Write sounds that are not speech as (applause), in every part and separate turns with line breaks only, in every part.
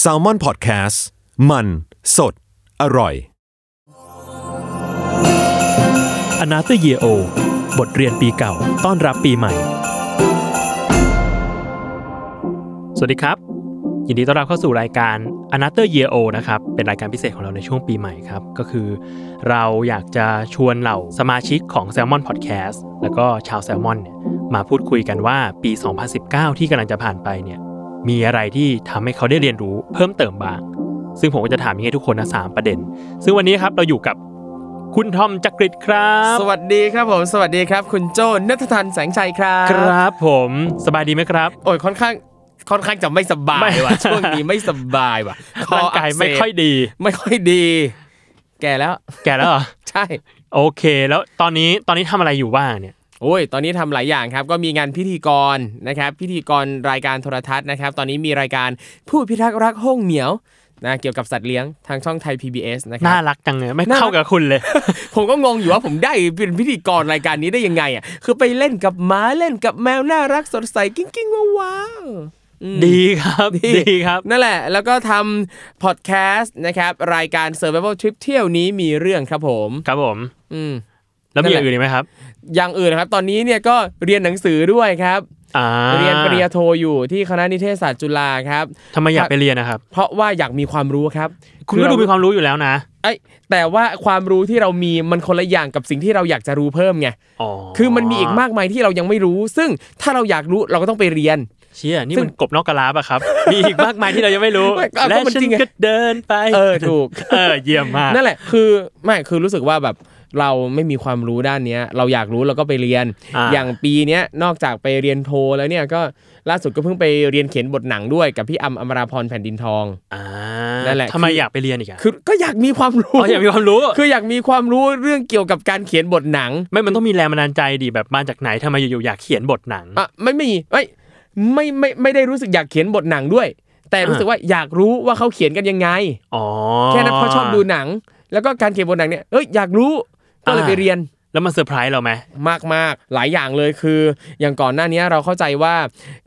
แซลมอนพอดแคสต์มันสดอร่อย
อนาเตอร์เยโอบทเรียนปีเก่า ต้อนรับปีใหม่ สวัสดีครับ ยินดีต้อนรับเข้าสู่รายการ a n o t h e r Year O นะครับ เป็นรายการพิเศษของเราในช่วงปีใหม่ครับ ก็คือเราอยากจะชวนเหล่าสมาชิกของ Salmon Podcast แล้วก็ชาว Salmon เนี่ยมาพูดคุยกันว่าปี 2019 ที่กำลังจะผ่านไปเนี่ยมีอะไรที่ทำให้เขาได้เรียนรู้เพิ่มเติมบ้าง ซึ่งผมก็จะถามอยังไงทุกคนนะสามประเด็น ซึ่งวันนี้ครับเราอยู่กับคุณทอมจักริดครับ
สวัสดีครับผมสวัสดีครับ คุณโจนัทธันแสงชัยครับ
ครับผมสบายดีไหมครับ
โอ้ยค่อนข้างค่อนข้างจะไม่สบา
ไม่
ยว่ะช่วงนี้ไม่สบายว่ะคอ
(laughs) ร่างกายไม่ค่อย
กเส
ดี
บไม่ค่อยดี แก่แล้ว (laughs)
แก่แล้วเหรอ
ใช่
โอเค แล้วตอนนี้ตอนนี้ทำอะไรอยู่บ้างเนี่ย
โอ้ยตอนนี้ทำหลายอย่างครับ ก็มีงานพิธีกรนะครับ พิธีกรรายการโทรทัศน์นะครับ ตอนนี้มีรายการผู้พิทักษ์รักห้องเหนียวนะเกี่ยวกับสัตว์เลี้ยงทางช่องไทย PBS นะครั
น่า
บ
รักจังเลยไม่
น่ารัก
เข้ากับคุณเลย
ผมก็งงอยู่ว่าผมได้เป็นพิธีกรรายการนี้ได้ยังไงอ่ะคือไปเล่นกับหมาเล่นกับแมวน่ารักสดใสกิ้งกิ้งว้าวว้าวอืม
ดีครับ
ดี
ดีครับ
นั่นแหละ แล้วก็ทำพอดแคสต์นะครับ รายการ Survival Trip เที่ยวนี้มีเรื่องครับผม
ครับผม
อืม
แล้วมี
นั่
อน
แหละ
ย่างอื่นอีกไหมครับ
อย่างอื่นนะครับ ตอนนี้เนี่ยก็เรียนหนังสือด้วยครับ
อ่า
เรียนปริญญาโทอยู่ที่คณะนิเทศศาสตร์จุฬาครับ
ทำไมอยากไปเรียนนะครับ
เพราะว่าอยากมีความรู้ครับ
คุณก็ดูมีความรู้อยู่แล้วนะ
เอ้ยแต่ว่าความรู้ที่เรามีมันคนละอย่างกับสิ่งที่เราอยากจะรู้เพิ่มไง
อ๋อ
คือมันมีอีกมากมายที่เรายังไม่รู้ ซึ่งถ้าเราอยากรู้เราก็ต้องไปเรียน
เชี่ยนี่
ซึ่
มั
ง
นกบนอกกระลาบ
(laughs)
อะครับ มีอีกมากมายที่เรายังไม่รู้
ไม่ก็
และ
มัน
ฉั
จริ
น
งไง
ก็เดินไป
เออถูก
เออเยี่ยมมาก
นั่นแหละคือไม่คือรู้สึกว่าแบบเราไม่มีความรู้ด้านเนี้ย เราอยากรู้เราก็ไปเรียน อย่างปีเนี้ยนอกจากไปเรียนโทแล้วเนี่ยก็ล่าสุดก็เพิ่งไปเรียนเขียนบทหนังด้วยกับพี่อำอมราพรแผ่นดินทอง
อ่า
นั่นแหละ
ทำไม
คือ
อยากไปเรียนอีกอะ
คือก็อยากมีความรู้
อ๋ออยากมีความรู้
คืออยากมีความรู้เรื่องเกี่ยวกับการเขียนบทหนัง
ไม่มันต้องมีแรงบันดาลใจดิแบบมาจากไหนทำไมอยู่ๆอยากเขียนบทหนัง
อ่ะไม่มีไม่ไม่ไม่ไม่ได้รู้สึกอยากเขียนบทหนังด้วย แต่รู้สึกว่าอยากรู้ว่าเขาเขียนกันยังไง
อ๋อ
แค่นั้นเพราะชอบดูหนัง แล้วก็การเขียนบทหนังเนี่ยเอ้ยอยากรู้ก็เลยไปเรียน
แล้วมันเซอร์ไพรส์เราไหม
มากมากๆหลายอย่างเลยคืออย่างก่อนหน้านี้เราเข้าใจว่า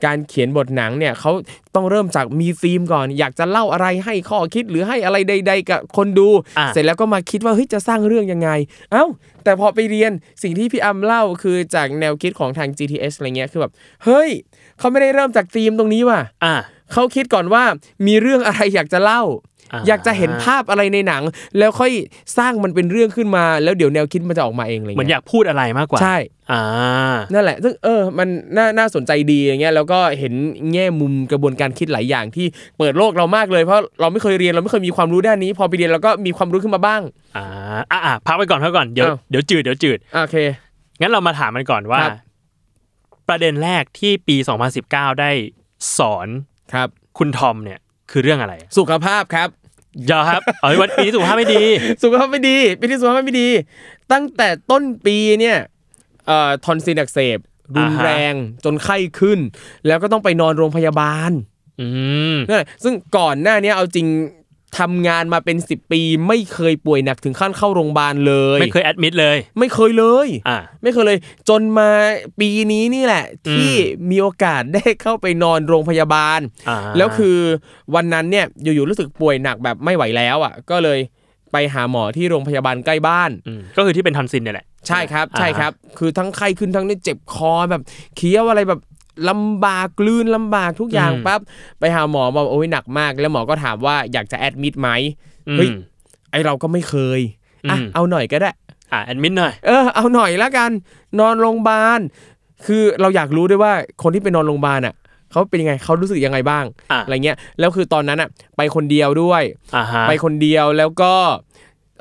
การเขียนบทหนังเนี่ยเขาต้องเริ่มจากมีธีมก่อน อยากจะเล่าอะไรให้ข้อคิดหรือให้อะไรใด ๆ กับคนดู
อ่ะ
เสร็จแล้วก็มาคิดว่าเฮ้ยจะสร้างเรื่องยังไง เอ้า แต่พอไปเรียนสิ่งที่พี่อำเล่าคือจากแนวคิดของทาง GTS อะไรเงี้ยคือแบบเฮ้ยเขาไม่ได้เริ่มจากธีมตรงนี้ว่ะ
อ่ะ
เขาคิดก่อนว่ามีเรื่องอะไรอยากจะเล่า อยากจะเห็นภาพอะไรในหนัง แล้วค่อยสร้างมันเป็นเรื่องขึ้นมา แล้วเดี๋ยวแนวคิดมันจะออกมาเองอะไร
เหมือนอ
เงี้ย
ยากพูดอะไรมากกว่า
ใช่
อ่า
นั่นแหละ ซึ่งเออ มันน่าน่าสนใจดีอย่างเงี้ย แล้วก็เห็นแง่มุมกระบวนการคิดหลายอย่างที่เปิดโลกเรามากเลย เพราะเราไม่เคยเรียน เราไม่เคยมีความรู้ด้านนี้ พอไปเรียนเราก็มีความรู้ขึ้นมาบ้าง
อ่าอ่ะอ่ะพักไว้ก่อนพักไว้ก่อนเดี๋ยว
อ้าว
เดี๋ยวจืดเดี๋ยวจืด
อ่ะโอเค
งั้นเรามาถามมันก่อนว่า
ครับ
ประเด็นแรกที่ปี 2019 ได้สอน
ครับ
คุณทอมเนี่ยคือเรื่องอะไร
สุขภาพครับ
เดี๋ยวครับ เอ้ยวันปีนี้สุขภาพไม่
(laughs)
ดี
สุขภาพไม่ดี ปีที่สุขภาพไม่ดี ตั้งแต่ต้นปีเนี่ยเอ่อทอนซิลอักเสบ รุนแรงจนไข้ขึ้น แล้วก็ต้องไปนอนโรงพยาบาล
อืม
นั่นแหละซึ่งก่อนหน้าเนี้ยเอาจริงทำงานมาเป็น 10 ปี ไม่เคยป่วยหนักถึงขั้นเข้าโรงพยาบาลเลย
ไม่เคยแอดมิดเลย
ไม่เคยเลย
อ่า
ไม่เคยเลยจนมาปีนี้นี่แหละ
อืม
ที่มีโอกาสได้เข้าไปนอนโรงพยาบาล
อ่า
แล้วคือวันนั้นเนี่ยอยู่ๆรู้สึกป่วยหนักแบบไม่ไหวแล้วอ่ะ ก็เลยไปหาหมอที่โรงพยาบาลใกล้บ้าน
มก็คือที่เป็นทอนซินเนี่ยแหละ
ใช่ครับ
อ่า
ใช่ครับ คือทั้งไข้ขึ้นทั้งเนี่ยเจ็บคอแบบเคี้ยวอะไรแบบลำบากกลืนลำบากทุกอย่างปั๊บไปหาหมอบอกโอ้ยหนักมาก แล้วหมอก็ถามว่าอยากจะแอดมิดไหม
อืม
เฮ้ย ไอเราก็ไม่เคยอ่ะ
อืม
เอาหน่อยก็ได้
อ่าแอดมิดหน่อย
เออเอาหน่อยละกันนอนโรงพยาบาล คือเราอยากรู้ด้วยว่าคนที่ไปนอนโรงพยาบาลอ่ะเขาเป็นยังไงเขารู้สึกยังไงบ้าง
อ่ะ
ไรเงี้ยแล้วคือตอนนั้นอ่ะไปคนเดียวด้วย
อ่าฮะ
ไปคนเดียวแล้วก็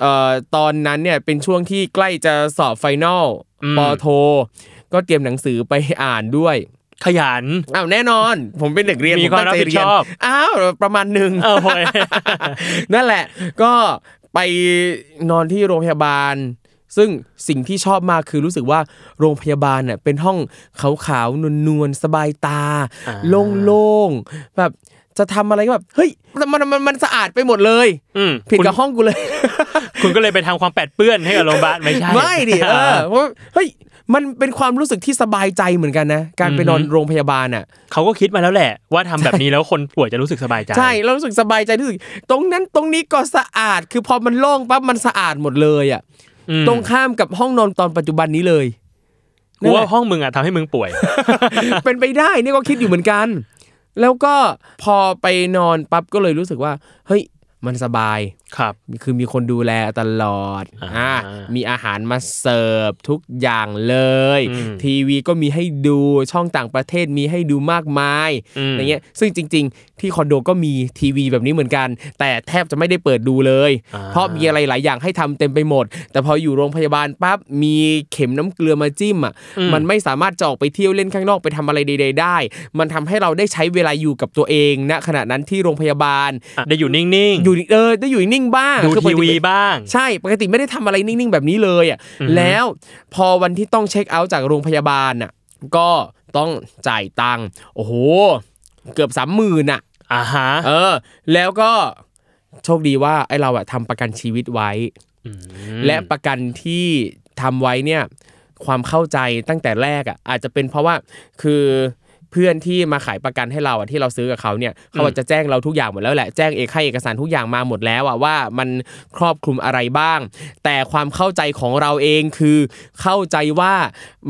เอ่อตอนนั้นเนี่ยเป็นช่วงที่ใกล้จะสอบไฟนอล
อืม
ปอโท ก็เตรียมหนังสือไปอ่านด้วย
ขยัน
อ้าวแน่นอน ผมเป็นเด็กเรียน
มีความ
ผตั้งใจ
รับผิด
เยน
ชอบ
อ้าวประมาณหนึ่ง
เออโหย
นั่นแหละก็ไปนอนที่โรงพยาบาล ซึ่งสิ่งที่ชอบมากคือรู้สึกว่าโรงพยาบาลเน่ะเป็นห้องขาวๆนวลๆสบายตา
อ่า
โล่งๆแบบจะทำอะไรก็แบบเฮ้ยมันมันมันสะอาดไปหมดเลย
อืม
(laughs) ผิด
คุณ
กับห้องกูเลย
คุณก็เลยไปทำความแปดเปื้อนให้กับโรงพยาบาลไม่ใช่
ไม่ดิเออเพราะเฮ้ยมันเป็นความรู้สึกที่สบายใจเหมือนกันนะ การไปนอน
อือฮึ
โรงพยาบาลอ่ะ
เขาก็คิดมาแล้วแหละ ว่าทำแบบนี้แล้วคนป่วยจะรู้สึกสบายใจ
ใช่เรารู้สึกสบายใจรู้สึก ตรงนั้นตรงนี้ก็สะอาด คือพอมันโล่งปั๊บมันสะอาดหมดเลยอ่ะ
อืม
ตรงข้ามกับห้องนอนตอนปัจจุบันนี้เลย
กู
นั่นแห
ว่า
ละ
ห้องมึงอ่ะทำให้มึงป่วย
เป็นไปได้เนี่ยก็คิดอยู่เหมือนกัน แล้วก็พอไปนอนปั๊บก็เลยรู้สึกว่า เฮ้ยมันสบาย
ครับ
คือมีคนดูแลตลอด
อ่า
อ่ามีอาหารมาเสิร์ฟทุกอย่างเลย
อืม
ทีวีก็มีให้ดูช่องต่างประเทศมีให้ดูมากมาย
อืม
อย่างเงี้ยซึ่งจริง ๆ ที่คอนโดก็มีทีวีแบบนี้เหมือนกัน แต่แทบจะไม่ได้เปิดดูเลย เพราะมีอะไรหลายอย่างให้ทำเต็มไปหมด แต่พออยู่โรงพยาบาลปั๊บมีเข็มน้ำเกลือมาจิ้มอ่ะมันไม่สามารถจะออกไปเที่ยวเล่นข้างนอกไปทำอะไรใดๆได้ มันทำให้เราได้ใช้เวลาอยู่กับตัวเองณขณะนั้นที่โรงพยาบาล
อ่ะได้อยู่นิ่ง
อยู่เออได้อยู่นิ่งบ้าง
ๆ ดู
คือป
ที
กติ
วี
ไม่
บ้าง
ใช่ปกติไม่ได้ทำอะไรนิ่งๆ แบบนี้เลยอ่ะแล้วพอวันที่ต้องเช็คเอาท์จากโรงพยาบาลอ่ะก็ต้องจ่ายตังค์โอ้โห เกือบสามหมื่นอ่ะ
อ่าฮะ
เออ แล้วก็โชคดีว่าไอเราอะทำประกันชีวิตไว้ และประกันที่ทำไว้เนี่ย ความเข้าใจตั้งแต่แรกอะอาจจะเป็นเพราะว่าคือเพื่อนที่มาขายประกันให้เราอะที่เราซื้อกับเขาเนี่ยเขาอาจจะแจ้งเราทุกอย่างหมดแล้วแหละแจ้งเอกให้เอกสารทุกอย่างมาหมดแล้วอะว่ามันครอบคลุมอะไรบ้าง แต่ความเข้าใจของเราเองคือเข้าใจว่า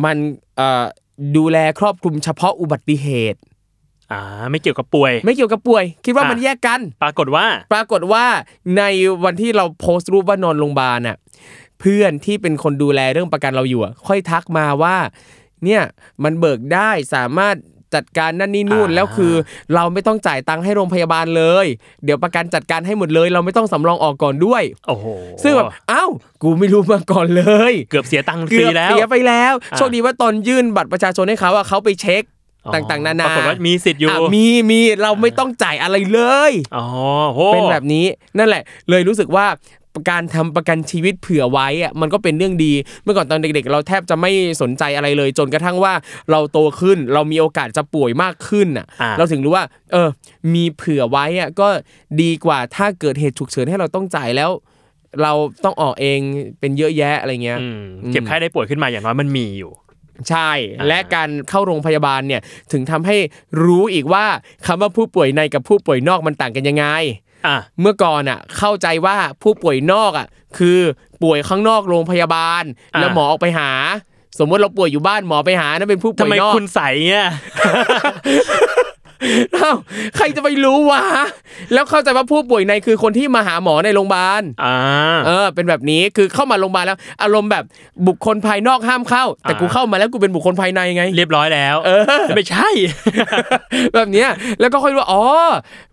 มันเอ่อดูแลครอบคลุมเฉพาะอุบัติเหตุ
อ่า ไม่เกี่ยวกับป่วย
ไม่เกี่ยวกับป่วย คิดว่า
อ่ะ
มันแยกกัน
ปรากฏว่า
ปรากฏว่าในวันที่เราโพสต์รูปว่านอนโรงพยาบาลน่ะเพื่อนที่เป็นคนดูแลเรื่องประกันเราอยู่อะค่อยทักมาว่า เนี่ยมันเบิกได้สามารถจัดการนั่นนี่นู่น
อ่า
แล้วคือ เราไม่ต้องจ่ายตังค์ให้โรงพยาบาลเลย เดี๋ยวประกันจัดการให้หมดเลย เราไม่ต้องสำรองออกก่อนด้วย
โอ้โห
ซึ่งแบบอ้าวกูไม่รู้มาก่อนเลย
เกือบเสียตังค์ฟ
เกื
รี
อบ
แล้ว
เสียไปแล้ว
อ่า
โชคดีว่าตอนยื่นบัตรประชาชนให้เขาอะเขาไปเช็ค
อ๋อ
ต่างๆ นานา
ปรากฏว่ามีสิทธิ์อยู่
อ่ะมีมีเราไม่ต้องจ่ายอะไรเลย
อ๋อโห
เป็นแบบนี้นั่นแหละ เลยรู้สึกว่าการทำประกันชีวิตเผื่อไว้อะมันก็เป็นเรื่องดี เมื่อก่อนตอนเด็กๆ เราแทบจะไม่สนใจอะไรเลย จนกระทั่งว่าเราโตขึ้น เรามีโอกาสจะป่วยมากขึ้นอ่ะ
อ่า
เราถึงรู้ว่า เออ มีเผื่อไว้อะก็ดีกว่าถ้าเกิดเหตุฉุกเฉินให้เราต้องจ่ายแล้ว เราต้องออกเองเป็นเยอะแยะอะไรเงี้ย
อืมเจ็บไข้ได้ป่วยขึ้นมาอย่างน้อยมันมีอยู่
ใช่
อ่า
และการเข้าโรงพยาบาลเนี่ยถึงทำให้รู้อีกว่าคำว่าผู้ป่วยในกับผู้ป่วยนอกมันต่างกันยังไง
อ่ะ
เมื่อก่อนอ่ะเข้าใจว่าผู้ป่วยนอกอ่ะคือป่วยข้างนอกโรงพยาบาล
อ่า
แล้วหมอออกไปหา สมมติเราป่วยอยู่บ้านหมอไปหานั่นเป็นผู้
ทำ
ป่วย
ไม
นอก
คุณใสเนี่ย
เอ้า (laughs) ใครจะไปรู้วะแล้วเข้าใจว่าผู้ป่วยในคือคนที่มาหาหมอในโรงพยาบาล
อ่า
เออเป็นแบบนี้คือเข้ามาโรงพยาบาลแล้ว อารมณ์แบบบุคคลภายนอกห้ามเข้า แต่
อ่ากู
กูเข้ามาแล้วกูเป็นบุคคลภายในไง
เรียบร้อยแล้ว
เออ
ไม่ใช่ (laughs)
(laughs) แบบเนี้ยแล้วก็ค่อยรู้ว่าอ๋อ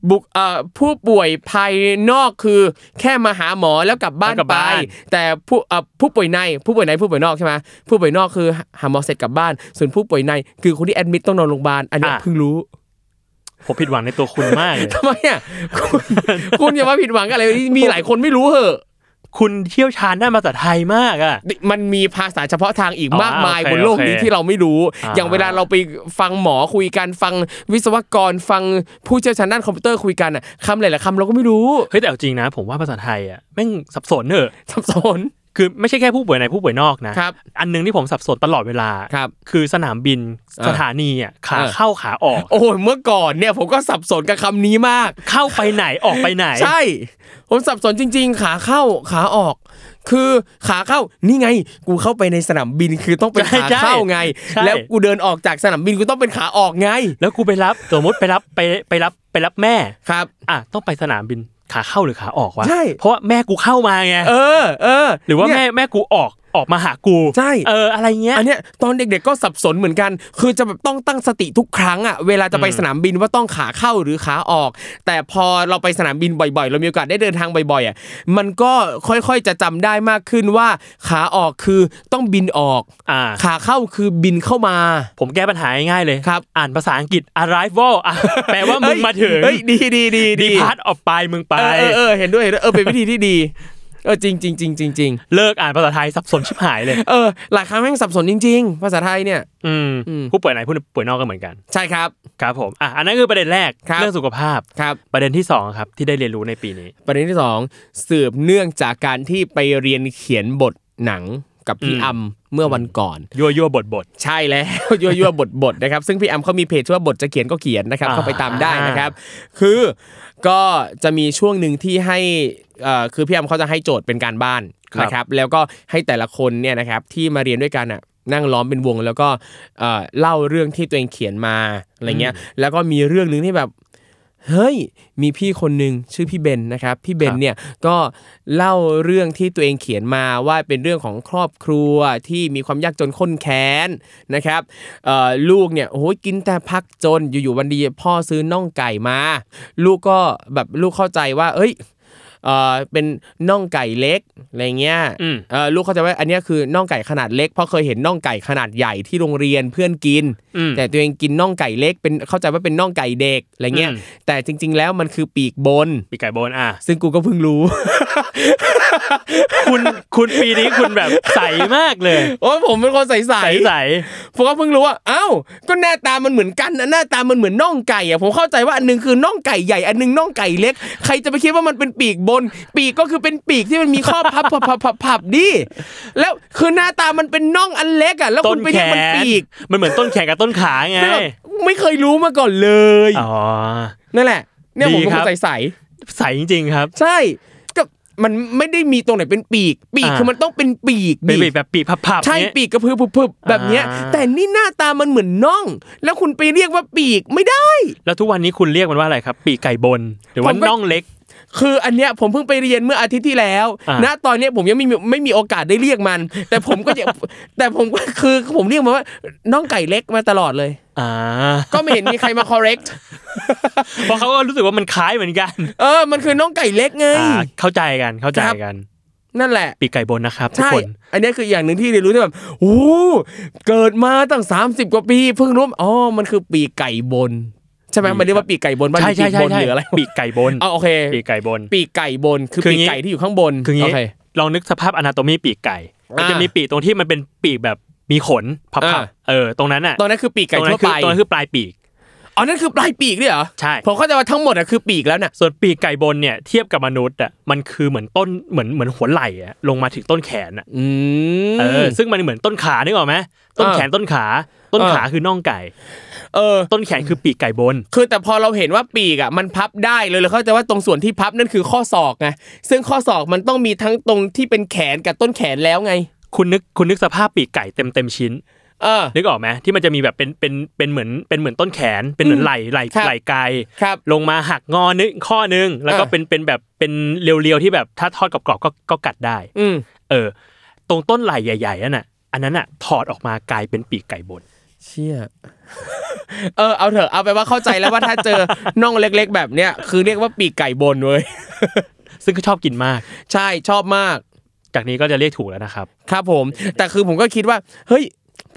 บุกเอ่อผู้ป่วยภายนอกคือ แค่มาหาหมอแล้วกลับบ้าน
แล้วกลับ
ไป
บ้าน
แต่ผู้เอ่อผู้ป่วยในผู้ป่วยในผู้ป่วยนอกใช่ไหมผู้ป่วยนอกคือหาหมอเสร็จกลับบ้าน ส่วนผู้ป่วยใน คือคนที่แอดมิดต้องนอนโรงพยาบาลอันเนี้ย
อ่ะ
เพิ่งรู้ (laughs)
ผมผิดหวังในตัวคุณมากเลย
ทำไมอ่ะคุณคุณอย่ามาผิดหวังกับอะไรมีหลายคนไม่รู้เหอะ
คุณเชี่ยวชาญด้านภาษาไทยมากอ่ะ
มันมีภาษาเฉพาะทางอีก
อ๋อ
มากมาย
โอเค
บนโลกนี้
โอเค
ที่เราไม่รู้
อ่า
อย่างเวลาเราไปฟังหมอคุยกันฟังวิศวกรฟังผู้เชี่ยวชาญด้านคอมพิวเตอร์คุยกันอ่ะคำหลายๆคำเราก็ไม่รู้
เฮ้ยแต่เอาจริงนะ ผมว่าภาษาไทยอ่ะแม่งสับสนเนอะ
(laughs) สับสน
คือไม่ใช่แค่ผู้ป่วยในผู้ป่วยนอกนะ
ครับ
อันหนึงที่ผมสับสนตลอดเวลา
ครับ
คือสนามบิน
เออ
สถานีอ่ะขา
เออ
เข้าขาออก
(laughs) โอ้ยเมื่อก่อนเนี่ยผมก็สับสนกับคำนี้มาก
เข้าไปไหนออกไปไหน
ใช่ ผมสับสนจริง ๆ ขาเข้าขาออก คือขาเข้านี่ไง กูเข้าไปในสนามบินคือต้องเป็น
ใช่
ขาเข้าไง
ใช่
แล้วกูเดินออกจากสนามบินกูต้องเป็นขาออกไง
แล้วกูไปรับสมมติไปรับไปไปรับไปรับแม่
ครับ
อ่ะต้องไปสนามบินขาเข้าหรือขาออกวะ
ใช่
เพราะว่าแม่กูเข้ามาไง
เออเออ
หรือว่า
เนี่ย
แม่แม่กูออกออกมาหากู
ใช่
เอออะไรเงี้ย
อันเนี้ยตอนเด็กๆก็สับสนเหมือนกัน คือจะแบบต้องตั้งสติทุกครั้งอะเวลาจะไปสนามบินว่าต้องขาเข้าหรือขาออก แต่พอเราไปสนามบินบ่อยๆ เรามีโอกาสได้เดินทางบ่อยๆอะมันก็ค่อยๆจะจำได้มากขึ้นว่าขาออกคือต้องบินออก
อ่า
ขาเข้าคือบินเข้ามา
ผมแก้ปัญหาง่ายๆเลย
ครับ
อ่านภาษาอังกฤษ arrival อ่ะ (laughs) แปลว่ามึงมาถึง
เฮ้ยดีดีดี
depart ออกไปมึงไป
เออเออเออเห็นด้วยเห็นด้วยเออเป็นวิธีที่ดี เออจริงจริงจริงจริงจริง
เลิกอ่านภาษาไทยสับสนชิบหายเลย
เออหลายครั้งแม่งสับสนจริง ๆ ภาษาไทยเนี่ย
อืม
อืม
ผู้ป่วยไหนผู้ป่วยนอกก็เหมือนกัน
ใช่ครับ
ครับผมอ่ะอันนั้นคือประเด็นแรก
ครับ
เรื่องสุขภาพ
ครับ
ประเด็นที่สองครับที่ได้เรียนรู้ในปีนี้
ประเด็นที่สองสืบเนื่องจากการที่ไปเรียนเขียนบทหนังกับพี่
อืม
อำเมื่อวันก่อน
ยั่วยั่วบทบท
ใช่แล้ว (laughs) ยั่วยั่วบทบทนะครับ ซึ่งพี่แอมเขามีเพจชื่อว่าบทจะเขียนก็เขียนนะครับ
อ่า
เข้าไปตามได้นะครับ คือก็จะมีช่วงหนึ่งที่ให้เอ่อคือพี่แอมเขาจะให้โจทย์เป็นการบ้าน
ครับ
นะครับแล้วก็ให้แต่ละคนเนี่ยนะครับที่มาเรียนด้วยกันอ่ะนั่งล้อมเป็นวง แล้วก็เอ่อเล่าเรื่องที่ตัวเองเขียนมาอะไรเงี้ยแล้วก็มีเรื่องหนึ่งที่แบบ เฮ้ย มีพี่คนหนึ่งชื่อพี่เบนนะครับ พี่เบน
ครับ
เนี่ยก็เล่าเรื่องที่ตัวเองเขียนมาว่าเป็นเรื่องของครอบครัวที่มีความยากจนข้นแค้นนะครับเอ่อลูกเนี่ยโอ้โหกินแต่พักจนอยู่ๆวันดีพ่อซื้อน่องไก่มา ลูกก็แบบลูกเข้าใจว่า เอ้ยเอ่อเป็นน่องไก่เล็กอะไรเงี้ย
อืม
เออลูกเขาใจะว่าอันเนี้ยคือน่องไก่ขนาดเล็กเพราะเคยเห็นน่องไก่ขนาดใหญ่ที่โรงเรียนเพื่อนกิน
อืม
แต่ตัวเองกินน่องไก่เล็กเป็นเข้าใจว่าเป็นน่องไก่เด็กอะไรเงี้ย
อืม
แต่จริง ๆ แล้วมันคือปีกบน
ปีกไก่โบนอ่ะ
ซึ่งกูก็เพิ่งรู้ (laughs)
คุณคุณปีนี้คุณแบบใสมากเลย
โอ้ยผมเป็นคนใส
ใสใส
ๆผมก็เพิ่งรู้ว่าเอ้าก็หน้าตามันเหมือนกันนะหน้าตามันเหมือนน่องไก่อะผมเข้าใจว่าอันหนึงคือน่องไก่ใหญ่อันหนึงน่องไก่เล็ก ใครจะไปคิดว่ามันเป็นปีกบน ปีกก็คือเป็นปีกที่มันมีข้อพับพับพับพับพับดิแล้วคือหน้าตามันเป็นน่องอันเล็กอะแล้ว
ต้
คุ
น
ณไป
แข
เรียกมัน
น
ปีก
มันเหมือนต้นแขนกับต้นขาไง
ไม่แบบไม่เคยรู้มาก่อนเลย
อ๋อ
นั่นแหละ เนี่ยผม
ดี
เป็น
ค
ค
รั
น
บ
ใส
ใสจริงๆครับ
ๆใช่ก็มันไม่ได้มีตรงไหนเป็นปีก ปีก
อ่า
คือมันต้องเป็นปีก
เป็น
ดิ
ปีกแบบปีกพับๆ
ใช่
เนี่ย
ปีกกระพือพึบๆแบบเนี้ย
อ่า
แต่นี่หน้าตามันเหมือนน่อง แล้วคุณไปเรียกว่าปีกไม่ได้
แล้วทุกวันนี้คุณเรียกมันว่าอะไรครับ ปีกไก่บน หรือว่า
ผมก็
น่องเล็ก
คืออันเนี้ยผมเพิ่งไปเรียนเมื่ออาทิตย์ที่แล้ว
อ่า
ณตอนเนี้ยผมยังไม่มีไม่มีโอกาสได้เรียกมัน แต่ผมก็ยัง (laughs) แต่ผมก็คือผมเรียกมันว่าน้องไก่เล็กมาตลอดเลย
อ่า
ก็ไม่เห็นมีใครมา correct
เพราะเขาก็รู้สึกว่ามันคล้ายเหมือนกัน
เออ มันคือน้องไก่เล็กไง
อ่าเข้าใจกันเข้าใจ
ครับ
กัน
นั่นแหละ
ปีกไก่บนนะครับทุก
ใช่
คน
อันเนี้ยคืออย่างหนึ่งที่เรียนรู้ที่แบบ โอ้โหเกิดมาตั้ง 30 กว่าปี เพิ่งรู้ว่าอ๋อ มันคือปีกไก่บน ใช่ไหม
ปีก
มันเรียกว่าปีกไก่บนบ้าน
ใช่ใช่
ปีก
ใช่
บน
ใช่
หรืออะไร
ปีกไก่บน
อ๋อโอเค
ปีกไก่บน
ปีกไก่บน คือ
คือ
ปี
งี้
กไก่ที่อยู่ข้างบน
คืองี้
โอเค
ลองนึกสภาพอนาโตมีปีกไก่ มัน
อ่า
จะมีปีกตรงที่มันเป็นปีกแบบมีขนพั
อ่า
บๆเออตรงนั้นอ่ะ
ตอนนั้นคือปีกไก่ทั่ว
คื
ไป
ตรงนั้นคือปลายปีก
อ๋อนั่นคือปลายปีกด้วยเหรอ
ใช่
ผมเข้าใจว่าทั้งหมดอะคือปีกแล้วน่ะ
ส่วนปีกไก่บนเนี่ยเทียบกับมนุษย์อ่ะมันคือเหมือนต้นเหมือนเหมือนหัวไหล่อ่ะลงมาถึงต้นแขนอ่ะ
อืม
เออซึ่งมันเหมือนต้นขานึกออกไหมต้น
อ่า
แขนต้นขา ต้น
อ่า
ขาคือน่องไก่
เออ
ต้นแขนคือปีกไก่บน
คือแต่พอเราเห็นว่าปีกอ่ะมันพับได้เลยเลยเข้าใจว่าตรงส่วนที่พับนั่นคือข้อศอกไง ซึ่งข้อศอกมันต้องมีทั้งตรงที่เป็นแขนกับต้นแขนแล้วไง
คุณนึกคุณนึกสภาพปีกไก่เต็มเต็มชิ้น
เออ
นึกออกไหมที่มันจะมีแบบเป็นเป็นเป็นเหมือนเป็นเหมือนต้นแขน เป็นเหมือนไหล่ไหล่
ครับ
ไหล่ไกล
ครับ
ลงมาหักงอนึงข้อนึง แล้วก็
อ่า
เป็นเป็นแบบเป็นเรียวๆที่แบบถ้าทอดกรอบๆก็ก็กัดได้
อืม
เออ ตรงต้นไหล่ใหญ่ๆนั่นน่ะอันนั้นน่ะถอดออกมากลายเป็นปีกไก่บน
เชี่ย เออเอาเถอะเอาไปนว่าเข้าใจแล้วว่าถ้าเจอ (laughs) น่องเล็กๆ แบบเนี้ยคือเรียกว่าปีกไก่บนเว้ย
(laughs) ซึ่งก็ชอบกินมาก
ใช่ชอบมาก
จากนี้ก็จะเรียกถูกแล้วนะครับ
ครับผม แต่คือผมก็คิดว่า เฮ้ย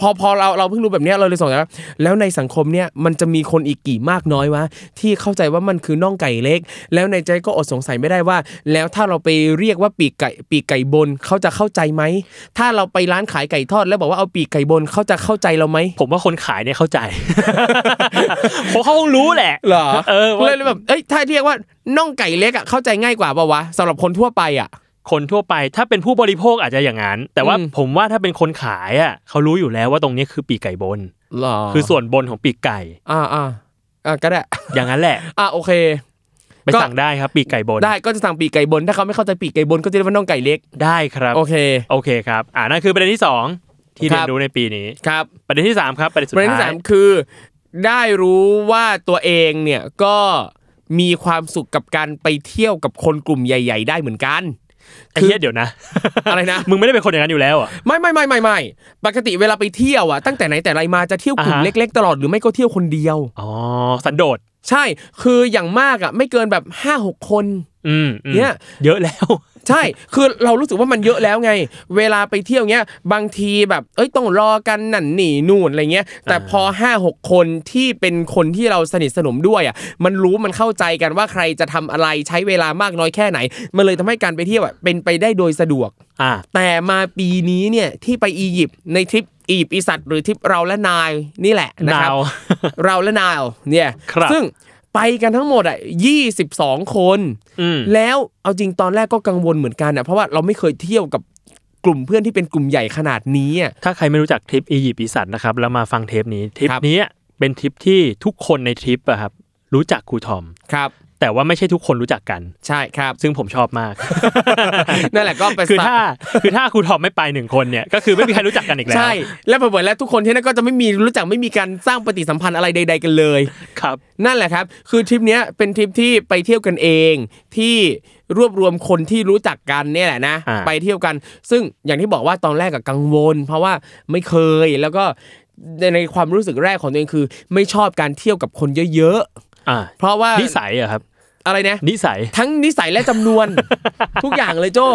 พอพอเราเราเพิ่งรู้แบบเนี้ยเราเลยสงสัยว่าแล้วในสังคมเนี่ยมันจะมีคนอีกกี่มากน้อยวะที่เข้าใจว่ามันคือน่องไก่เล็ก แล้วในใจก็อดสงสัยไม่ได้ว่า แล้วถ้าเราไปเรียกว่าปีกไก่ปีกไก่บนเขาจะเข้าใจไหมถ้าเราไปร้านขายไก่ทอด แล้วบอกว่าเอาปีกไก่บนเขาจะเข้าใจเราไหม
ผมว่าคนขายเนี่ยเข้าใจ (laughs) เพราะเขาคงรู้แหละ
เหรอ
เออ (laughs) ว่า
เลยแบบเอ้ยถ้าเรียกว่าน่องไก่เล็กอ่ะเข้าใจง่ายกว่าปะวะสำหรับคนทั่วไปอ่ะ
คนทั่วไปถ้าเป็นผู้บริโภคอาจจะอย่างนั้น แต่ว่า
อืม
ผมว่าถ้าเป็นคนขายอ่ะเขารู้อยู่แล้วว่าตรงนี้คือปีกไก่บน
หรอ
คือส่วนบนของปีกไก่
อ่าอ่าอ่าก็ได้ (laughs)
อย่างนั้นแหละ
อ่าโอเค
ไป
ก็
สั่งได้ครับ ปีกไก่บน
ได้ก็จะสั่งปีกไก่บน ถ้าเขาไม่เข้าใจปีกไก่บนก็จะเรียกว่าน่องไก่เล็ก
ได้ครับ
โอเค
โอเคครับ อ่านั่นคือประเด็นที่สองที่
ครั
เรีย
บ
นรู้ในปีนี้
ครับ
ประเด็นที่สามครับประเด็นสุด
ประเด็นที่
ท้า
สาย มคือ ได้รู้ว่าตัวเองเนี่ยก็มีความสุขกับการไปเที่ยวกับคนกลุ่มใหญ่ ๆ ได้เหมือนกัน
ไอ้เหี้ยเดี๋ยวนะ
อะไรนะ (laughs)
มึงไม่ได้เป็นคนอย่างนั้นอยู่แล้วเหรอ่ะ
ไม่ไม่ไม่ไม่ไม่ปกติเวลาไปเที่ยวอ่ะตั้งแต่ไหนแต่ไรมาจะเที่ยวกลุ่ม
อ่าฮะ
เล็ก ๆ ตลอดหรือไม่ก็เที่ยวคนเดียว
อ๋อสันโดษ
ใช่ คืออย่างมากอ่ะไม่เกินแบบ5้าหกคน
อืมอืม
เนี่ย
เยอะแล้ว
ใช่ คือเรารู้สึกว่ามันเยอะแล้วไง เวลาไปเที่ยวเงี้ย บางทีแบบ เอ้ย ต้องรอกันนั่นนี่นู่นอะไรเงี้ย แต่พอห้าหกคนที่เป็นคนที่เราสนิทสนมด้วยอ่ะ มันรู้มันเข้าใจกันว่าใครจะทำอะไรใช้เวลามากน้อยแค่ไหน มันเลยทำให้การไปเที่ยวอ่ะเป็นไปได้โดยสะดวก
อ่า
แต่มาปีนี้เนี่ยที่ไปอียิปต์ในทริปอียิปต์อีสัตว์หรือทริปเราและนายนี่แหละนะครับ
นาว (laughs)
เราและนายเนี่ย
ครับ
ซึ่งไปกันทั้งหมดอ่ะ22 คน
อืม
แล้วเอาจริงตอนแรกก็กังวลเหมือนกันอ่ะเพราะว่าเราไม่เคยเที่ยวกับกลุ่มเพื่อนที่เป็นกลุ่มใหญ่ขนาดนี้อ่ะ
ถ้าใครไม่รู้จักทริปอียิปต์อีสัตว์นะครับแล้วมาฟังเทปนี้ทริป
ครับ
นี้เป็นทริปที่ทุกคนในทริปอะครับรู้จักครูทอม
ครับ
แต่ว่าไม่ใช่ทุกคนรู้จักกัน
ใช่ครับ
ซึ่งผมชอบมาก
(laughs) นั่นแหละก็ไป
คือถ้าคือถ้าครูทอมไม่ไปหนึ่งคนเนี่ยก็คือไม่มีใครรู้จักกันอีกแล้ว
ใช่ แล้วเผื่อๆแล้วทุกคนที่นั่นก็จะไม่มีรู้จักไม่มีการสร้างปฏิสัมพันธ์อะไรใด ๆ กันเลย
ครับ
นั่นแหละครับ คือทริปเนี้ยเป็นทริปที่ไปเที่ยวกันเองที่รวบรวมคนที่รู้จักกันเนี่ยแหละนะ
อ่า
ไปเที่ยวกัน ซึ่งอย่างที่บอกว่าตอนแรกกับกังวล เพราะว่าไม่เคยแล้วก็ในในความรู้สึกแรกของตัวเองคือ ไม่ชอบการเที่ยวกับคนเยอะ
อ่า
ๆ เพราะว่า
นิสัยอะครับ
อะไรนะ
นิสัย
ทั้งนิสัยและจำนวน ทุกอย่างเลยโจ้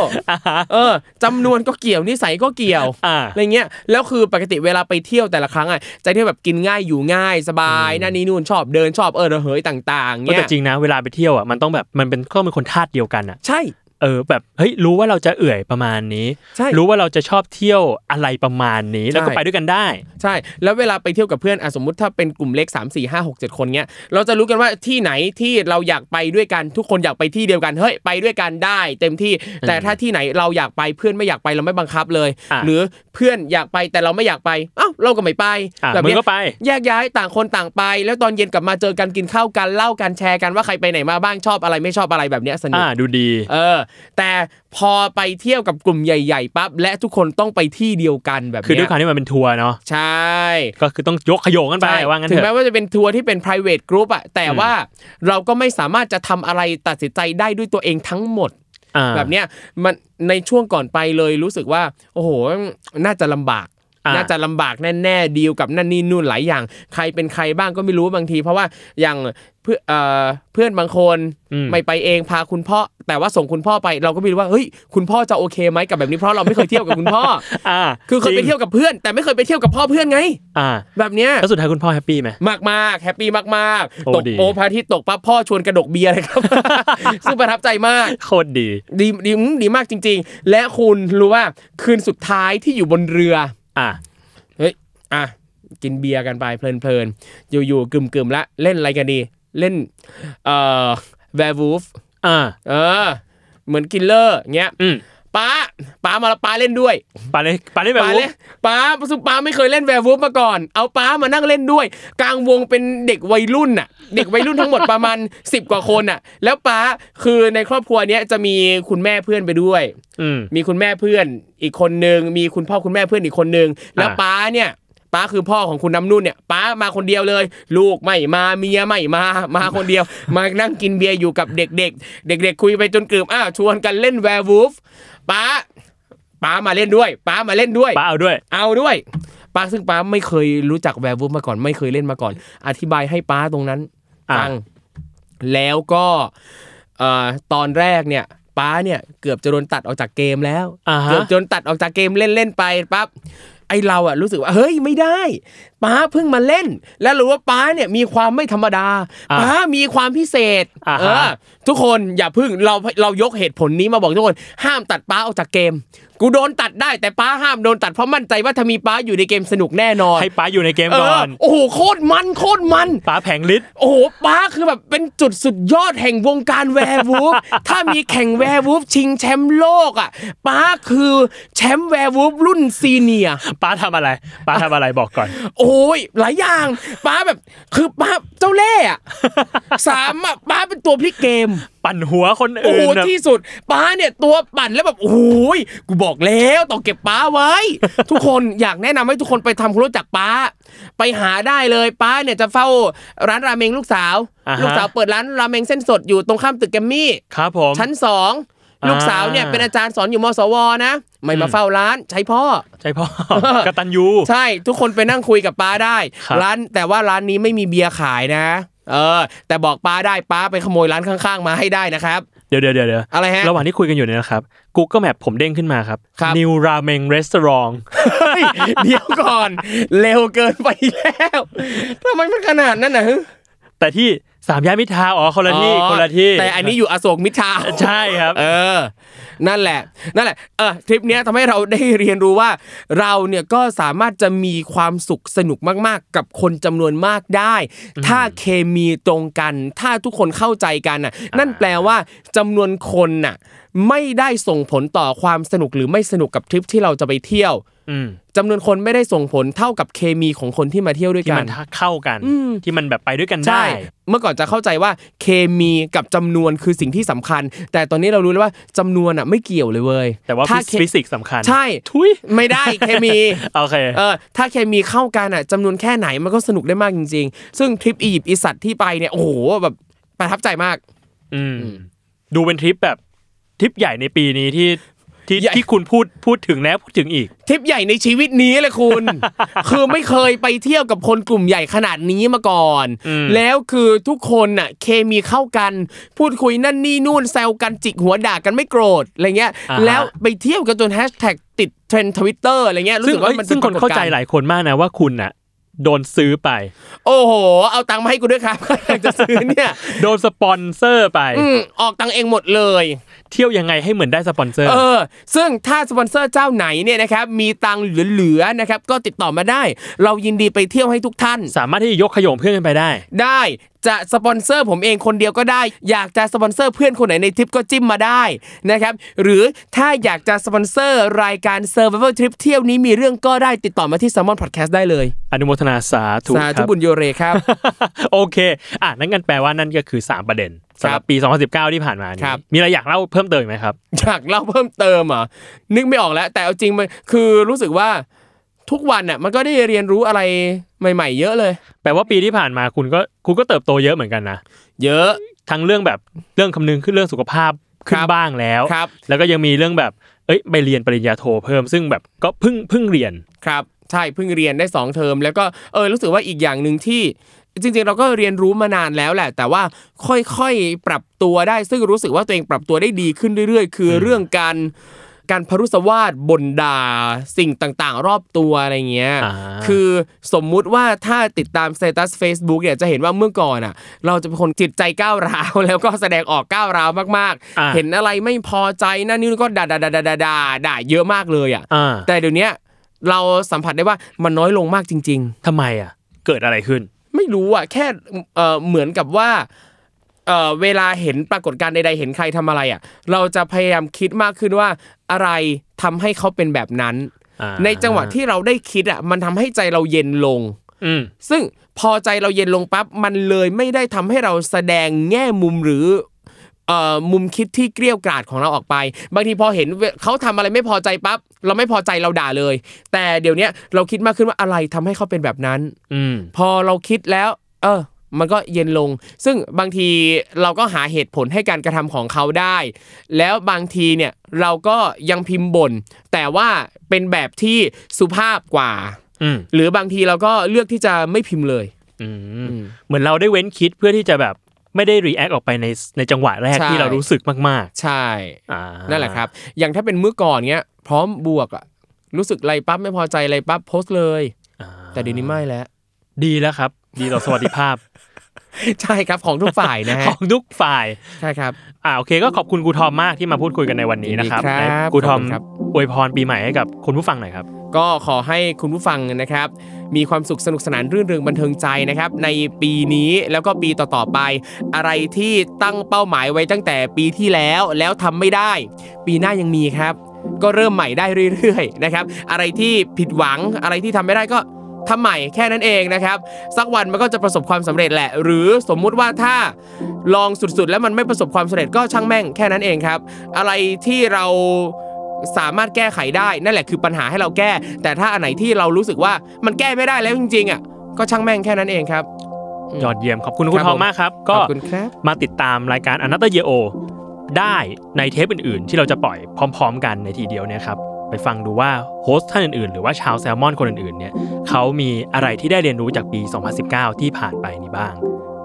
เออจำนวนก็เกี่ยวนิสัยก็เกี่ยว
อ่า
อะไรเงี้ยแล้วคือปกติเวลาไปเที่ยวแต่ละครั้งอ่ะจะเที่ยวแบบกินง่ายอยู่ง่ายสบายนั่นนี่นู่นชอบเดินชอบเออระเหยต่าง
ก็
ๆเงี้
แต่
ย
จริงนะเวลาไปเที่ยวอ่ะมันต้องแบบมันเป็นก็เป็นคนธาตุเดียวกันอ่ะ
ใช่
เออแบบเฮ้ยรู้ว่าเราจะเอื่อยประมาณนี้
ใช่
รู้ว่าเราจะชอบเที่ยวอะไรประมาณนี้แล้วก็
ใช่
ไปด้วยกันได้
ใช่ แล้วเวลาไปเที่ยวกับเพื่อนอ่ะสมมติถ้าเป็นกลุ่มเล็ก 3 4 5 6 7 คนเงี้ยเราจะรู้กันว่าที่ไหนที่เราอยากไปด้วยกันทุกคนอยากไปที่เดียวกันเฮ้ยไปด้วยกันได้ เต็มที่แต่ถ้าที่ไหนเราอยากไปเพื่อนไม่อยากไปเราไม่บังคับเลย
อ่ะ
หรือเพื่อนอยากไปแต่เราไม่อยากไปเอ้าเราก็ไม่ไป
อ่ะ
แบบ
มึง
เนี้ย
ก็ไป
แยกย้ายต่างคนต่างไป แล้วตอนเย็นกลับมาเจอกันกินข้าวกันเล่ากันแชร์กันว่าใครไปไหนมาบ้างชอบอะไรไม่ชอบอะไรแบบเนี้ยสนุก
อ่าดูดี
เออ แต่พอไปเที่ยวกับกลุ่มใหญ่ๆปั๊บและทุกคนต้องไปที่เดียวกันแบบ
คือด้ว
เนี้
ย
ย
ความที่มันเป็นทัวร์เนาะ
ใช่
ก็คือต้องยกขยงกันไป
ใช่
ว่างั้น
ถึ
เถ
งแม้
อะ
ว่าจะเป็นทัวร์ที่เป็น private group อะแต่
อืม
ว่าเราก็ไม่สามารถจะทำอะไรตัดสินใจได้ด้วยตัวเองทั้งหมด
อ่า
แบบเนี้ยมันในช่วงก่อนไปเลยรู้สึกว่า โอ้โห น่าจะลำบาก
อ่
น่าจะลำบากแน่ๆดีลกับนั่นนี่นู่นหลายอย่าง ใครเป็นใครบ้างก็ไม่รู้บางที เพราะว่าอย่างเพื่อเอ่อเพื่อนบางคน
อืม
ไม่ไปเองพาคุณพ่อ แต่ว่าส่งคุณพ่อไปเราก็ไม่รู้ว่าเฮ้ยคุณพ่อจะโอเคไหมกับแบบนี้เพราะเราไม่เคยเที่ยวกับคุณพ่อ (laughs)
อ่า
คือเคย
จ
ไป
ริง
เที่ยวกับเพื่อน แต่ไม่เคยไปเที่ยวกับพ่อเพื่อนไง
อ่า
แบบเนี้ย
แล้วสุดท้ายคุณพ่อแฮปปี้ไหม
มากมากแฮปปี้มากมากๆ
โอ้
ตก
ดี
โอพระอาทิตย์ตกปั๊บพ่อชวนกระดกเบียร์เลยครับ (laughs) ซึ่งประทับใจมาก
โคตรดี
ดีดีอืมดีมากจริง ๆ และคุณรู้ว่าคืนสุดท้ายที่อยู่บนเรือ
อ่า
เฮ้ย อ่ะ กินเบียร์กันไปเพลินๆ อยู่ๆกึ่มๆละ เล่นอะไรกันดี เล่น เอ่อแวร์วูฟ
อ่า
เออ เหมือนกินเลอร์เงี้ย
อืม
ป้าป้ามาแล้วป้าเล่นด้วย
ไปเลยไปเลยแบบ
ป้าเล่นป้าประสบป้าไม่เคยเล่นแวร์วูฟมาก่อน เอาป้ามานั่งเล่นด้วย กลางวงเป็นเด็กวัยรุ่นน่ะ เด็กวัยรุ่นทั้งหมด (laughs) ประมาณ 10 กว่าคนน่ะ แล้วป้าคือในครอบครัวเนี้ยจะมีคุณแม่เพื่อนไปด้วย
อืม
มีคุณแม่เพื่อนอีกคนนึงมีคุณพ่อคุณแม่เพื่อนอีกคนนึงแล้ว
อ่า
ป้าเนี่ยป้าคือพ่อของคุณน้ำนุ่นเนี่ยป้ามาคนเดียวเลย ลูกไม่มาเมียไม่มามาคน (laughs) เดียว มานั่งกินเบียร์อยู่กับเด็ก ๆ เด็ก ๆ คุยไปจนเกือบอ้าวชวนกันเล่นแวร์วูฟป้าป้ามาเล่นด้วยป้ามาเล่นด้วย
ป้าเอาด้วย
เอาด้วยป้าซึ่งป้าไม่เคยรู้จักแวร์วูฟมาก่อนไม่เคยเล่นมาก่อน อธิบายให้ป้าตรงนั้น
อ่า
ฟังแล้วก็เอ่อตอนแรกเนี่ยป้าเนี่ยเกือบจะโดนตัดออกจากเกมแล้ว
อ่า
เกื
ฮะ
อบจนตัดออกจากเกมเล่นเล่นๆไปปั๊บไอเราอะรู้สึกว่าเฮ้ยไม่ได้ป้าเพิ่งมาเล่น แล้วรู้ว่าป้าเนี่ยมีความไม่ธรรมดา
อ่า
ป้ามีความพิเศษ
อ่าฮะ
เออทุกคนอย่าเพึ่งเราเรายกเหตุผลนี้มาบอกทุกคนห้ามตัดป้าออกจากเกม กูโดนตัดได้แต่ป้าห้ามโดนตัดเพราะมั่นใจว่าถ้ามีป้าอยู่ในเกมสนุกแน่นอน
ให้ป้าอยู่ในเกม
เอ
ก่อ
อนโอ้โหโคตรมันโคตรมัน
ป้าแผงฤทธิ์
โอ้โหป้าคือแบบเป็นจุดสุดยอดแห่งวงการแวร์วูฟ (laughs) ถ้ามีแข่งแวร์วูฟชิงแชมป์โลกอ่ะป้าคือแชมป์แวร์วูฟรุ่นซีเนียร์
ป้าทำอะไร ป้าทำอะไรบอก
(laughs)
ก่อน
โอ้ยหลายอย่างป้าแบบคือป้าเจ้าเล่ห์อะ (laughs) สามอะป้าเป็นตัวพลิกเกม
ปั่นหัวคน
โอ้
อื่
โห
นน่ะ
ที่สุดป้าเนี่ยตัวปั่นแล้วแบบโอ้ยกูบอกแล้วต้องเก็บป้าไว้ (laughs) ทุกคนอยากแนะนำให้ทุกคนไปทำความรู้จักป้า ไปหาได้เลยป้าเนี่ยจะเฝ้าร้านราเมงลูกสาว
อ่ฮะ
ลูกสาวเปิดร้านราเมงเส้นสดอยู่ตรงข้ามตึกแกรมมี่
ครับผม
ชั้นสอง
อ่า
ลูกสาวเนี่ยเป็นอาจารย์สอนอยู่มสวนะ ไม่มาเฝ้าร้านใช้พ่อ
ใจ
(laughs)
พ่อ กตันยู
ใช่ทุกคนไปนั่งคุยกับป้าได้
ครับ
ร้านแต่ว่าร้านนี้ไม่มีเบียร์ขายนะ เออ แต่บอกป้าได้ป้าไปขโมยร้านข้างๆ มาให้ได้นะครับ
เดี๋ยวเดี๋ยวเดี๋ยวเดี๋ยว
อะไรฮะ
ระหว่างที่คุยกันอยู่เนี่ยนะครับ Google Map ผมเด้งขึ้นมาครับ
ครับ
New Ramen Restaurant
เฮ้ยเดี๋ยวก่อน เร็วเกินไปแล้วทำไมมันขนาดนั้นนะฮึ
แต่ที่สามย่านมิตรทาวน์อ๋อคนละที่
อ๋อ
คนละที่
แต่อันนี้อยู่อโศกมิตรทาวน์
ใช่ครับ
เออ นั่นแหละ นั่นแหละ เออ ทริปเนี้ยทำให้เรา (laughs) ได้เรียนรู้ว่า เราเนี่ยก็สามารถจะมีความสุขสนุกมาก ๆ กับคนจำนวนมากได้ ถ้าเคมีตรงกัน ถ้าทุกคนเข้าใจกันน่ะ นั่นแปลว่าจำนวนคนน่ะ ไม่ได้ส่งผลต่อความสนุกหรือไม่สนุกกับทริปที่เราจะไปเที่ยว
อืม
จำนวนคนไม่ได้ส่งผลเท่ากับเคมีของคนที่มาเที่ยวด้วย
ที่
กั
มัน นเข้ากัน ที่มันแบบไปด้วยกัน
ใช่
ได้
เมื่อก่อนจะเข้าใจว่าเคมีกับจำนวนคือสิ่งที่สำคัญ แต่ตอนนี้เรารู้แล้วว่าจำนวนอ่ะไม่เกี่ยวเลยเว้ย
แต่ว่า
ถ้าเค
ฟิสิกส์สำคัญ
ใช่
ทุย
ไม่ได้เคมี
โอเค
เออถ้าเคมีเข้ากันอ่ะจำนวนแค่ไหนมันก็สนุกได้มากจริง ๆ ซึ่งทริปอียิปต์อีสัตว์ที่ไปเนี่ยโอ้โหแบบประทับใจมาก
อืมดูเป็นทริปแบบทริปใหญ่ในปีนี้ที่ที่
ใหญ่
ที่คุณพูดพูดถึงแล้วพูดถึงอีก
ทริปใหญ่ในชีวิตนี้เลยคุณ
(laughs)
คือไม่เคยไปเที่ยวกับคนกลุ่มใหญ่ขนาดนี้มาก่อน
อืม
แล้วคือทุกคนน่ะเคมีเข้ากัน พูดคุยนั่นนี่นู่นแซวกันจิกหัวด่ากันไม่โกรธอะไรเงี้ย แล้วไปเที่ยวกันจนแฮชแท็กติดเทรนด์ทวิตเตอร์อะไรเงี้ยรู้
ซึ่ง
สึกว่า
เอ้ย
มันป็
ซึ่งคนเข้าใจหลายคนมากนะว่าคุณน่ะ โดนซื้อไป
โอ้โห เอาตังค์มาให้กูด้วยครับ (laughs) อยากจะซื้อเนี่ย
โดนสปอนเซอร์ไป
อืมออกตังค์เองหมดเลย
เที่ยวยังไงให้เหมือนได้สปอนเซอร์
เออ ซึ่งถ้าสปอนเซอร์เจ้าไหนเนี่ยนะครับมีตังค์เหลือๆนะครับก็ติดต่อมาได้ เรายินดีไปเที่ยวให้ทุกท่าน
สามารถที่จะยกขยงเพื่อนกันไปได้
ได้จะสปอนเซอร์ผมเองคนเดียวก็ได้ อยากจะสปอนเซอร์เพื่อนคนไหนในทริปก็จิ้มมาได้นะครับหรือถ้าอยากจะสปอนเซอร์รายการ Survival Trip เที่ยวนี้มีเรื่องก็ได้ติดต่อมาที่ s ซ l m o n Podcast ได้เลย
อนุโมทนาสาธุ
สา
ค
ธุ
รับ (laughs)
บุญโยเรครับ (laughs)
โอเค อ่ะนั่นกันแปลว่านั่นก็คือ 3 ประเด็นสำหรับ
ครับ
ปี 2019 ที่ผ่านมานี้
ครับ
มีอะไรอยากเล่าเพิ่มเติมอีกไหมครับ
อยากเล่าเพิ่มเติมเหรอ่ะนึกไม่ออกแล้ว แต่เอาจริงมันคือรู้สึกว่าทุกวันน่ะมันก็ได้เรียนรู้อะไรใหม่ ๆ เยอะเลย
แปลว่าปีที่ผ่านมาคุณก็คุณก็เติบโตเยอะเหมือนกันนะ
เยอะ
ทั้งเรื่องแบบเรื่องคำนึงขึ้นเรื่องสุขภาพขึ้น
ครับ
บ้างแล้ว
ครับ
แล้วก็ยังมีเรื่องแบบ เอ้ยไปเรียนปริญญาโทเพิ่มซึ่งแบบก็เพิ่งเพิ่งเรียน
ครับใช่เพิ่งเรียนได้ 2 เทอม แล้วก็เออรู้สึกว่าอีกอย่างหนึ่งที่จริงๆ เราก็เรียนรู้มานานแล้วแหละ แต่ว่าค่อยๆปรับตัวได้ ซึ่งรู้สึกว่าตัวเองปรับตัวได้ดีขึ้นเรื่อยๆ คือเรื่องการการพรุสวาดบนดาสิ่งต่างๆ รอบตัวอะไรเงี้ย
อ่า
คือสมมุติว่าถ้าติดตามสเตตัส Facebook เนี่ยจะเห็นว่าเมื่อก่อนอ่ะ เราจะเป็นคนจิตใจก้าวร้าว แล้วก็แสดงออกก้าวร้าวมาก
อ่า
ๆ เห็นอะไรไม่พอใจนั่นนี่ก็ด่าด่าด่าด่าด่าด่าเยอะมากเลยอ่ะ
อ่า
แต่เดี๋ยวเนี้ยเราสัมผัสได้ว่ามันน้อยลงมากจริง
ทำไมอ่ะ เกิดอะไรขึ้น
ๆ ไม่รู้อ่ะแค่เอ่อเหมือนกับว่าเอ่อเวลาเห็นปรากฏการณ์ใดๆเห็นใครทำอะไรอ่ะ เราจะพยายามคิดมากขึ้นว่าอะไรทำให้เขาเป็นแบบนั้น
อ่า
ในจังหวะที่เราได้คิดอ่ะมันทำให้ใจเราเย็นลง
อืม
ซึ่งพอใจเราเย็นลงปั๊บมันเลยไม่ได้ทำให้เราแสดงแง่มุมหรือเอ่อมุมคิดที่เกลี้ยวกราดของเราออกไป บางทีพอเห็นเวเขาทำอะไรไม่พอใจปั๊บเราไม่พอใจเราด่าเลย แต่เดี๋ยวเนี้ยเราคิดมากขึ้นว่าอะไรทำให้เขาเป็นแบบนั้น
อืม
พอเราคิดแล้ว เออ มันก็เย็นลง ซึ่งบางทีเราก็หาเหตุผลให้การกระทำของเขาได้ แล้วบางทีเนี่ยเราก็ยังพิมพ์บ่นแต่ว่าเป็นแบบที่สุภาพกว่า
อืม
หรือบางทีเราก็เลือกที่จะไม่พิมพ์เลย
อืมเหมือนเราได้เว้นคิดเพื่อที่จะแบบไม่ได้รีแอคออกไปในในจังหวะแรก
ใช่
ที่เรารู้สึกมาก
ใช่
ๆอ่านั่
นั่นแหละครับ อย่างถ้าเป็นเมื่อก่อนเงี้ย พร้อมบวกอะรู้สึกอะไรปั๊บไม่พอใจอะไรปั๊บโพสต์เลย แต่เดี๋ยวนี้ไม่แล้ว
ดีแล้วครับ ดีต่อสวัสดิภาพ
ใช่ครับของทุกฝ่ายนะ
ข
ฮะ
องทุกฝ่าย
ใช่ครับ
อ่าโอเคก็ขอบคุณครูทอมมากที่มาพูดคุยกันในวันนี้นะครับ
ยินดีครับ
ครูทอม
ขอบคุณครับ
อวยพรปีใหม่ให้กับคุณผู้ฟังหน่อยครับ
ก็ขอให้คุณผู้ฟังนะครับ มีความสุขสนุกสนานรื่นเริงบันเทิงใจนะครับ ในปีนี้แล้วก็ปีต่อๆไป อะไรที่ตั้งเป้าหมายไว้ตั้งแต่ปีที่แล้วแล้วทำไม่ได้ ปีหน้ายังมีครับ ก็เริ่มใหม่ได้เรื่อยๆนะครับ อะไรที่ผิดหวังอะไรที่ทำไม่ได้ก็ทำใหม่แค่นั้นเองนะครับ สักวันมันก็จะประสบความสำเร็จแหละ หรือสมมุติว่าถ้าลองสุดๆ แล้วมันไม่ประสบความสำเร็จก็ช่างแม่งแค่นั้นเองครับ อะไรที่เราสามารถแก้ไขได้นั่นแหละคือปัญหาให้เราแก้ แต่ถ้าอันไหนที่เรารู้สึกว่ามันแก้ไม่ได้แล้วจริงๆอ่ะก็ช่างแม่งแค่นั้นเองครับ
ยอดเยี่ยมขอบคุณครู
ครับ
ทอม
ผม
มากครับ
ข
ก็
อบคุณครับ
มาติดตามรายการอนาตเยโอได้ในเทปอื่นๆ ที่เราจะปล่อยพร้อม ๆ กันในทีเดียวเนี่ยครับไปฟังดูว่าโฮสต์ท่านอื่นๆ หรือว่าชาวแซลมอนคนอื่นๆเนี่ยเขามีอะไรที่ได้เรียนรู้จากปี 2019 ที่ผ่านไปนี้บ้าง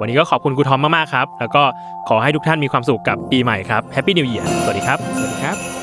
วันนี้ก็ขอบคุณครูทอมมากๆครับ แล้วก็ขอให้ทุกท่านมีความสุขกับปีใหม่ครับแฮปปี้นิวเยียร์สวัสดีครับ
สวัสดีครับ